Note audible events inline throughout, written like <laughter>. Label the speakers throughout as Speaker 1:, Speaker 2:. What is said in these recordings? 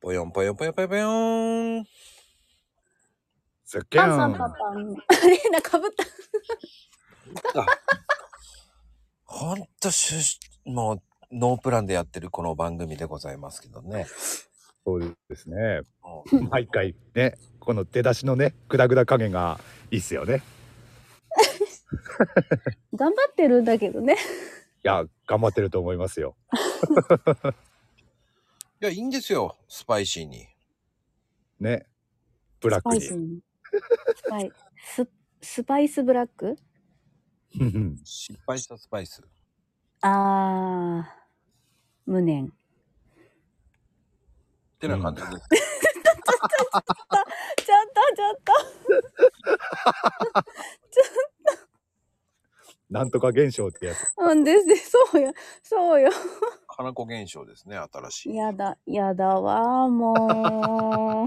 Speaker 1: ぽよんぽよんぽよんぽよんぽよん。すっげ
Speaker 2: パ
Speaker 1: ー
Speaker 2: ンさん
Speaker 1: ん。
Speaker 2: パ
Speaker 1: あ
Speaker 2: パン。あれなかぶった。
Speaker 1: ほんとしゅし、もう、ノープランでやってるこの番組でございますけどね。
Speaker 3: そうですね。
Speaker 1: もう
Speaker 3: 毎回ね、この出だしのね、グダグダ加減がいいっすよね。
Speaker 2: 頑張ってるんだけど
Speaker 3: い
Speaker 2: ね。
Speaker 3: や、頑張ってると思いますよ。
Speaker 1: いや、いいんですよ。スパイシーに。
Speaker 3: ね。ブラッ
Speaker 2: スパ
Speaker 3: ク
Speaker 2: イ
Speaker 3: に
Speaker 2: ス。に。スパイススパイスブラック
Speaker 3: うんうん
Speaker 1: 失敗したスパイス。
Speaker 2: あー。無念。
Speaker 1: ってな感じです。
Speaker 2: ちょっとちょっと。
Speaker 3: なんとか現象ってやつ。
Speaker 2: うんですです。そうよ。そうよ。
Speaker 1: 花子現象ですね、新しい。
Speaker 2: やだ、やだわー、もう。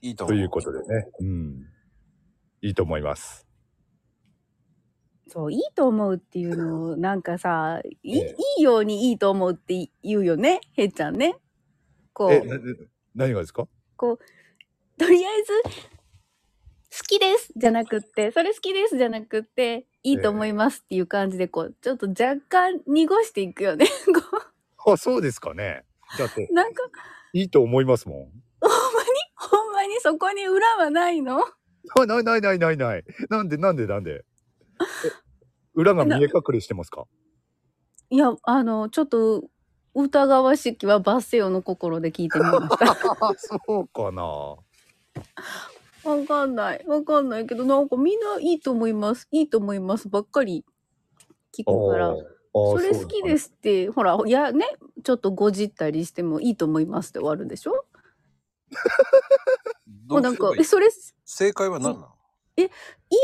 Speaker 1: いいと
Speaker 3: と
Speaker 1: 思う。
Speaker 3: いうことでね。うん。いいと思います。
Speaker 2: そう、いいと思うっていうのを、なんかさ、いい,、
Speaker 3: ええ
Speaker 2: いいようにいいと思うって言うよね、へっちゃんね。こ
Speaker 3: え、
Speaker 2: う、
Speaker 3: なな何がですか
Speaker 2: <laughs> とりあえず、好きですじゃなくって、それ好きですじゃなくって、いいと思いますっていう感じで、こう、ちょっと若干濁していくよね。 <laughs> こ
Speaker 3: あ、そうですかね。だって
Speaker 2: う、なんか、
Speaker 3: いいと思いますも
Speaker 2: ほんまにそこに裏はないの
Speaker 3: ん。あないないないないない。なんでなんでなんで。え裏が見え隠れしてます
Speaker 2: <laughs>
Speaker 3: か
Speaker 2: いや、あの、ちょっと、疑わしきはバッセオの心で聞いてみました。
Speaker 3: あ、そうかな。
Speaker 2: <laughs> わかんない。わかんないけど、なんかみんないいと思います。いいと思いますばっかり聞くから
Speaker 3: あー。
Speaker 2: そ
Speaker 3: あー
Speaker 2: れ好き
Speaker 3: す
Speaker 2: ですって、ほら、いやね、ちょっとごじったりしてもいいと思いますって終わるでしょ
Speaker 1: ど
Speaker 2: もう
Speaker 1: う
Speaker 2: なん
Speaker 1: すれ
Speaker 2: か
Speaker 1: ば、いい
Speaker 2: え、それ、い
Speaker 1: 正解は何なの
Speaker 2: い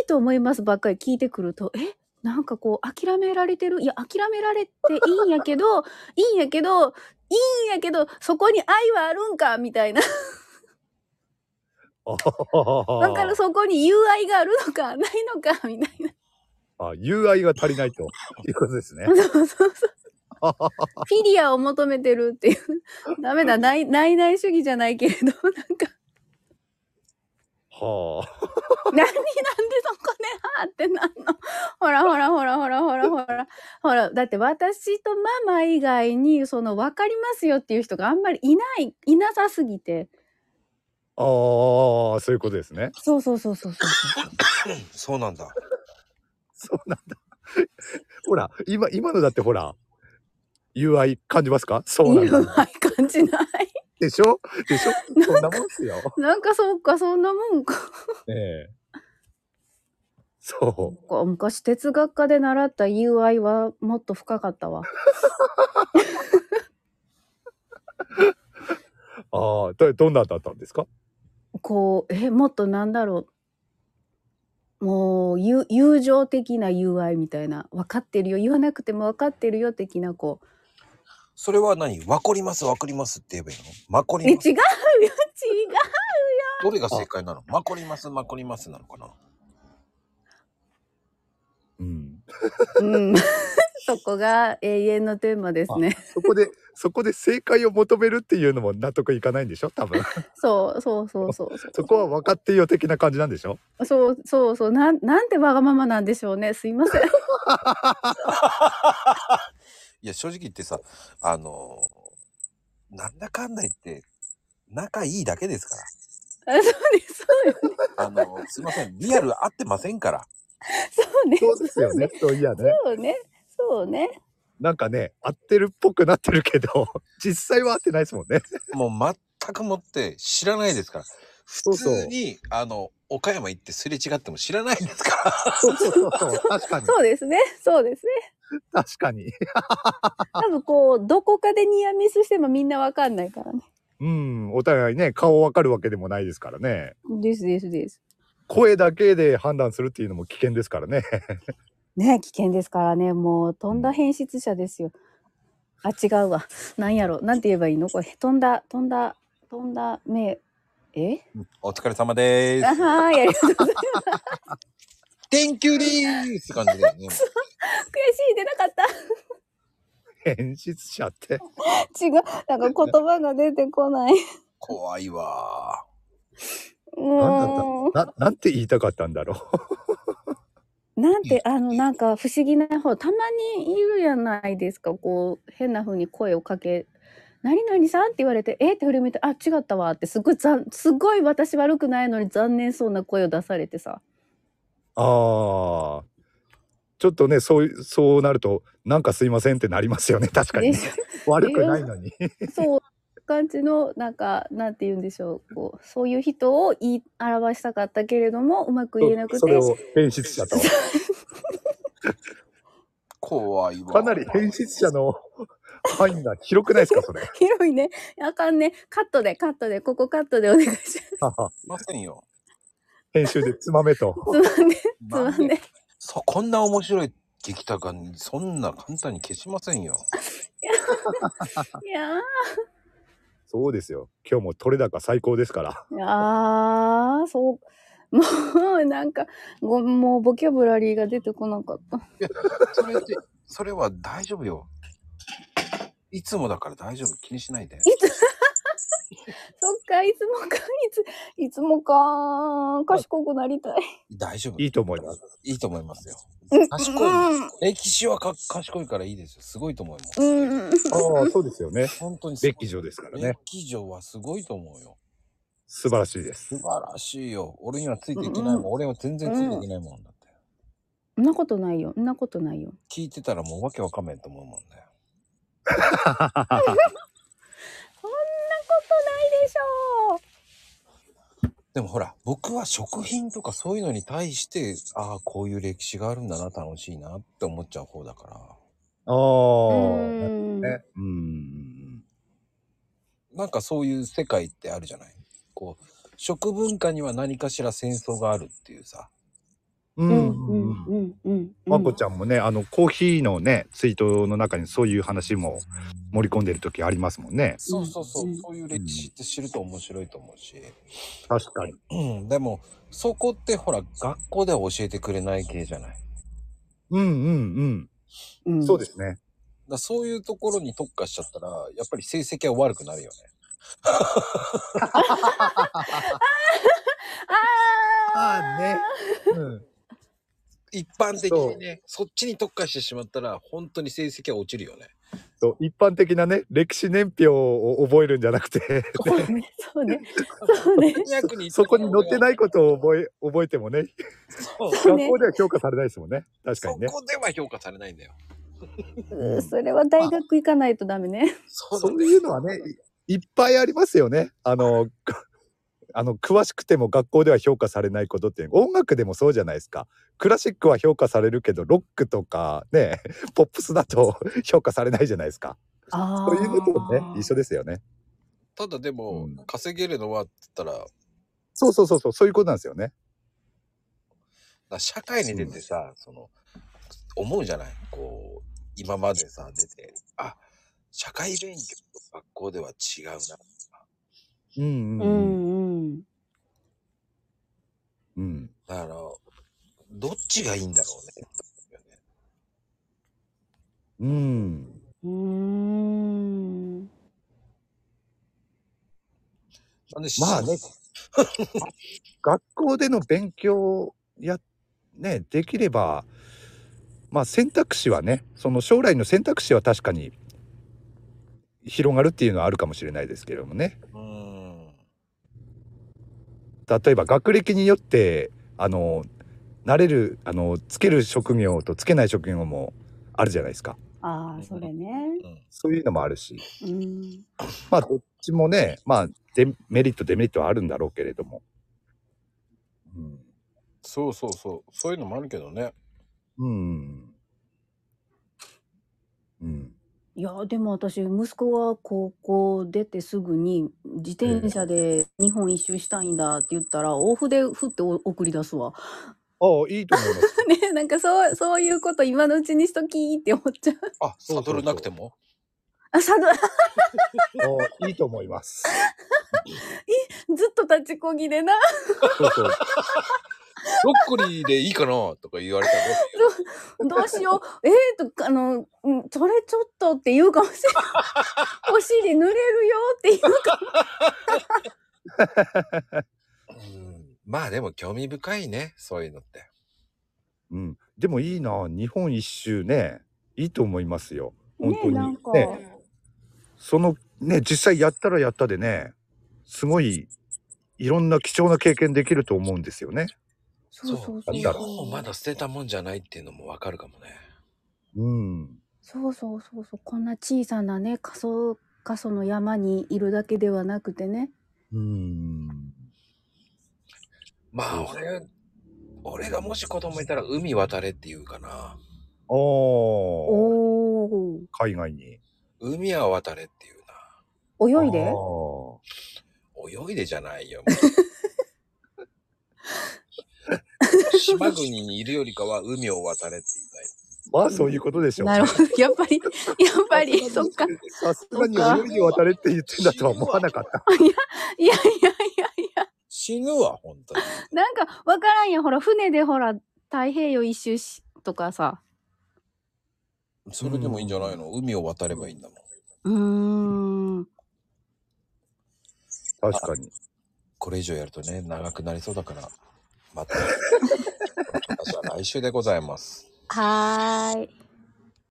Speaker 2: と思いますばっかり聞いてくると、え、なんかこう、諦められてるいや、諦められていいんやけど、 <laughs> いいんやけど、いいんやけど、そこに愛はあるんかみたいな。
Speaker 3: あー
Speaker 2: だからそこに友愛があるのか、 <laughs> ないのか、みたいな。
Speaker 3: あ、友愛が足りない <laughs> ということですね。
Speaker 2: そうそうそう。フィリアを求めてるっていう。 <laughs> ダメだ、ない、ないない主義じゃないけれ
Speaker 3: <laughs>
Speaker 2: ど、なん <laughs> か、
Speaker 3: はあ。
Speaker 2: 何なんでそこで、はーってなんの。 <laughs> ほらほらほらほらほらほら。 <laughs> ほら、だって私とママ以外に、その、わかりますよっていう人があんまりいない、いなさすぎて。
Speaker 3: ああ、そういうことですね。
Speaker 2: そうそうそうそうそう。
Speaker 1: そうなんだ。
Speaker 3: そうなんだ。 <laughs> ほら、今、今のだってほら、友愛感じますかそうなん
Speaker 2: 友
Speaker 3: だ。
Speaker 2: 愛感じない。 <laughs>
Speaker 3: でしょでしょそんなもんですよ。
Speaker 2: なんかそうか、そんなもんか。
Speaker 3: ねえ。そ
Speaker 2: こう昔哲学科で習った友愛はもっと深かったわ。
Speaker 3: う。ああ、ど、どんなだったんですか
Speaker 2: こうえもっとなんだろうもう友友情的な友愛みたいな分かってるよ言わなくても分かってるよ的なこう
Speaker 1: それは何わかります、わかりますって言えばいいのまこ
Speaker 2: え違
Speaker 1: り
Speaker 2: うよ
Speaker 1: ま
Speaker 2: 違
Speaker 1: す。
Speaker 2: う
Speaker 1: どれが正解なのまこります、まこりますなのかな
Speaker 3: うん。
Speaker 2: うん <laughs> そこが永遠のテーマですね
Speaker 3: そこで、そこで正解を求めるっていうのも納得いかないんでしょ多分。
Speaker 2: そうそうそうそうそう
Speaker 3: そこは分かってよ的な感じなんでしょ
Speaker 2: そうそうそうなんなんてわがままなんでしょうねすいません
Speaker 1: い
Speaker 2: <laughs>
Speaker 1: や、正直言ってさ、あのーなんだかんだ言って、仲いいだけですか
Speaker 2: あそうですそうです
Speaker 1: ら。あのーすいません、リアル合ってませんから。
Speaker 2: そう
Speaker 3: <laughs>
Speaker 2: ね
Speaker 3: そうですよね。そういやね。
Speaker 2: そうねそうね
Speaker 3: なんかね、合ってるっぽくなってるけど、 <laughs> 実際は合ってないですもんね。
Speaker 1: もう全くもって知らないですから。普
Speaker 3: うそう
Speaker 1: 通に、あの、岡山行ってすれ違っても知らないですから。 <laughs>
Speaker 3: そうそうそう。確かに。
Speaker 2: そうですねそうですね
Speaker 3: 確かに。
Speaker 2: 多分こうどこかでニヤミスしてもみんなわかんないからね。
Speaker 3: うん。お互いね、顔わかるわけでもないですからね。
Speaker 2: ですですです。
Speaker 3: 声だけで判断するっていうのも危険ですからね。 <laughs>
Speaker 2: ね危険ですからねもう飛んだ変質者ですよ。あ違うわ。なんやろなんて言えばいいのこれ飛んだ飛んだ飛んだ目え
Speaker 1: お疲れ様で
Speaker 2: あ
Speaker 1: ーす。
Speaker 2: はー <laughs> いありがとうございます。
Speaker 1: Thank you でーすって感じだよね。
Speaker 2: 悔しい出なかった。
Speaker 3: 変質者って。
Speaker 2: 違う。なんか言葉が出てこない。
Speaker 1: 怖いわ
Speaker 2: も
Speaker 3: な、なんて言いたかったんだろ
Speaker 2: う。なんて、あの、なんか不思議な方、たまに言うやないですか。こう、変な風に声をかけ、何々さんって言われて、えって振り向いて、あ、違ったわって、すごい残、すごい私悪くないのに残念そうな声を出されてさ。
Speaker 3: う。ああ。ちょっとね、そういう、そうなると、なんかすいませんってなります
Speaker 1: <laughs>
Speaker 3: よね。確かに
Speaker 2: で。
Speaker 3: 悪くないのに。
Speaker 2: <laughs> そう感じのなんかなんて言うんでしょうこうそういう人を言い表したかったけれどもうまく言えなく
Speaker 3: それ
Speaker 2: て
Speaker 3: を変質者と。
Speaker 1: 怖いわ
Speaker 3: かなり変質者の範囲が広くないですか、そ
Speaker 1: <laughs>
Speaker 3: れ。
Speaker 2: <laughs> 広いねあかんねカットでカットでここカットでお願いし
Speaker 1: いませんよ。
Speaker 3: 編集でつまめと。
Speaker 2: ますつまんでつまんで
Speaker 1: そこんな面白い劇作がそんな簡単に消しませんよ。
Speaker 2: いや
Speaker 3: そうですよ。今日も取れ高最高ですから。
Speaker 2: ーいやーそう <laughs> もうなんかごもうボキャブラリーが出てこなかった
Speaker 1: それってそれは大丈夫よ。いつもだから大丈夫気にしないで。
Speaker 2: <laughs> そっかいつもかいついつもか賢くなりたい
Speaker 1: 大丈夫。
Speaker 3: いいと思います。
Speaker 1: いいと思いますよ。
Speaker 2: うん
Speaker 1: 賢い。
Speaker 2: う
Speaker 1: 歴史はか賢いからいいですよ。すごいと思います。
Speaker 2: んうん
Speaker 3: ああ、そうですよね。
Speaker 1: 本当にすごい
Speaker 3: 歴女ですからね。
Speaker 1: 歴女はすごいと思うよ。
Speaker 3: 素晴らしいで
Speaker 1: 素
Speaker 3: す。
Speaker 1: 晴らしいよ。俺にはついていけないもん。
Speaker 2: うん
Speaker 1: 俺は全然ついていけないもんだって。
Speaker 2: そんなことないよそんなことないよ
Speaker 1: 聞いてたらもうわけわかんないと思うもんだよ。
Speaker 2: でしょう
Speaker 1: でもほら、僕は食品とかそういうのに対して、ああ、こういう歴史があるんだな、楽しいなって思っちゃう方だか
Speaker 3: あ
Speaker 2: う
Speaker 3: あ。
Speaker 2: ん
Speaker 3: ね。うん。
Speaker 1: ら、なんかそういう世界ってあるじゃないこう、食文化には何かしら戦争があるっていうさ。
Speaker 3: う
Speaker 2: うんんうんうんうん
Speaker 3: まこちゃんもね、あのコーヒーのね、ツイートの中にそういう話も盛り込んでる時ありますもんね。
Speaker 1: そうそうそう、
Speaker 2: うん
Speaker 1: そういう歴史って知ると面白いと思うし。
Speaker 3: 確かに。
Speaker 1: うん、でも、そこってほら、学校では教えてくれない系じゃない
Speaker 3: うんうん
Speaker 2: う
Speaker 3: うんん。そうですね。
Speaker 1: だからそういうところに特化しちゃったら、やっぱり成績は悪くなるよね。
Speaker 2: あ
Speaker 3: あね。うん。
Speaker 1: 一般的にね、そっちに特化してしまったら、本当に成績は落ちるよね。。
Speaker 3: そう一般的なね、歴史年表を覚えるんじゃなくて、
Speaker 2: <laughs> あそうねそうねそうね
Speaker 3: そこに載ってないいことを覚え、覚えてもね、
Speaker 1: そう
Speaker 2: そうね
Speaker 3: 学校では評価されないですもんね。確かにね
Speaker 1: そ。こでは評価されないんだよ。
Speaker 2: うんそれは大学行かないとダメね
Speaker 1: そ
Speaker 3: そういうのはね、いいっぱいありますよね。あの、あの詳しくても学校では評価されないことって音楽でもそうじゃないですかクラシックは評価されるけどロックとかねポップスだと <laughs> 評価されないじゃないですか <laughs>
Speaker 2: あ
Speaker 3: そういうこともね一緒ですよね
Speaker 1: ただでも、
Speaker 3: うん
Speaker 1: 稼げるのはって言ったら、
Speaker 3: そうそうそうそうそういうことなんですよね
Speaker 1: だ社会に出てさ、その、思うじゃないこう、今までさ、出て、あ、社会勉強と学校では違うな。
Speaker 3: うん
Speaker 2: う
Speaker 3: うん
Speaker 2: んうん
Speaker 3: うん、うん、
Speaker 1: だから、どっちがいいんだろうね。
Speaker 3: うん、
Speaker 2: うーん
Speaker 1: なんで
Speaker 3: ま
Speaker 1: <laughs>
Speaker 3: あね学校での勉強やねできればまあ選択肢はねその将来の選択肢は確かに広がるっていうのはあるかもしれないですけれどもね
Speaker 1: うーん。
Speaker 3: 例えば学歴によってあのなれるあのつける職業とつけない職業もあるじゃないですか
Speaker 2: ああそれね
Speaker 1: うん
Speaker 3: そういうのもあるし
Speaker 2: うん
Speaker 3: まあどっちもねまあデメリットデメリットはあるんだろうけれども、うん、
Speaker 1: そうそうそう。そういうのもあるけどね。
Speaker 3: うん。うん。
Speaker 2: いやでも私息子が高校出てすぐに自転車で日本一周したいんだって言ったら大筆振ってお送り出すわ <laughs>
Speaker 3: ああ、いいと思います。
Speaker 2: ねなんかそうそういうこと今のうちにしときーって思っちゃう <laughs>
Speaker 1: あ、
Speaker 3: そうそうそう
Speaker 1: サドルなくても
Speaker 2: あサド
Speaker 3: ああ、いいと思います。
Speaker 2: <laughs> ずっと立ちこぎでな
Speaker 3: そうそう。
Speaker 1: ロッコリーでいいかなとか言われたらどうしよ
Speaker 2: どうしよう。えー、と、あの、うんそれちょっとって言うかもしれ <laughs> ない。お尻濡れるよっていう。
Speaker 1: う。うんまあでも興味深いね、そういうのって。
Speaker 3: うん、でもいいな日本一周ねいいと思いますよ本
Speaker 2: ね
Speaker 3: 当
Speaker 2: え、
Speaker 3: に
Speaker 2: なんか。
Speaker 3: ねそのね実際やったらやったでねすごいいろんな貴重な経験できると思うんですよね。
Speaker 2: そうそうそう。
Speaker 1: 日本をまだ捨てたもんじゃないっていうのもわかるかもね。
Speaker 3: うん、
Speaker 2: そうそうそうそう。こんな小さなね、過疎、過疎の山にいるだけではなくてね。
Speaker 3: うん、
Speaker 1: まあ俺、俺がもし子供いたら海渡れって言うかな。
Speaker 3: あー
Speaker 2: おお。
Speaker 3: 海外に
Speaker 1: 海は渡れっていう
Speaker 2: 泳いで
Speaker 3: あー
Speaker 1: な。泳いでじゃないよ。
Speaker 3: <laughs>
Speaker 1: 島国にいるよりかは海を渡れって言いたい。
Speaker 3: まあそういうことでしょう。
Speaker 2: <laughs> なるほど。やっぱり、やっぱり、そっか。い
Speaker 3: さすがに泳いで渡れって言ってんだとは思わなかった。
Speaker 2: やいやいやいや。
Speaker 1: 死ぬわ、本当に。
Speaker 2: なんか、わからんやん。ほら、船でほら、太平洋一周し、とかさ。
Speaker 1: それでもいいんじゃないの海を渡ればいいんだもん。
Speaker 2: うーん。
Speaker 3: 確かに。
Speaker 1: これ以上やるとね、長くなりそうだから、
Speaker 3: <laughs>
Speaker 1: また。私は来週でございます。
Speaker 2: はーい。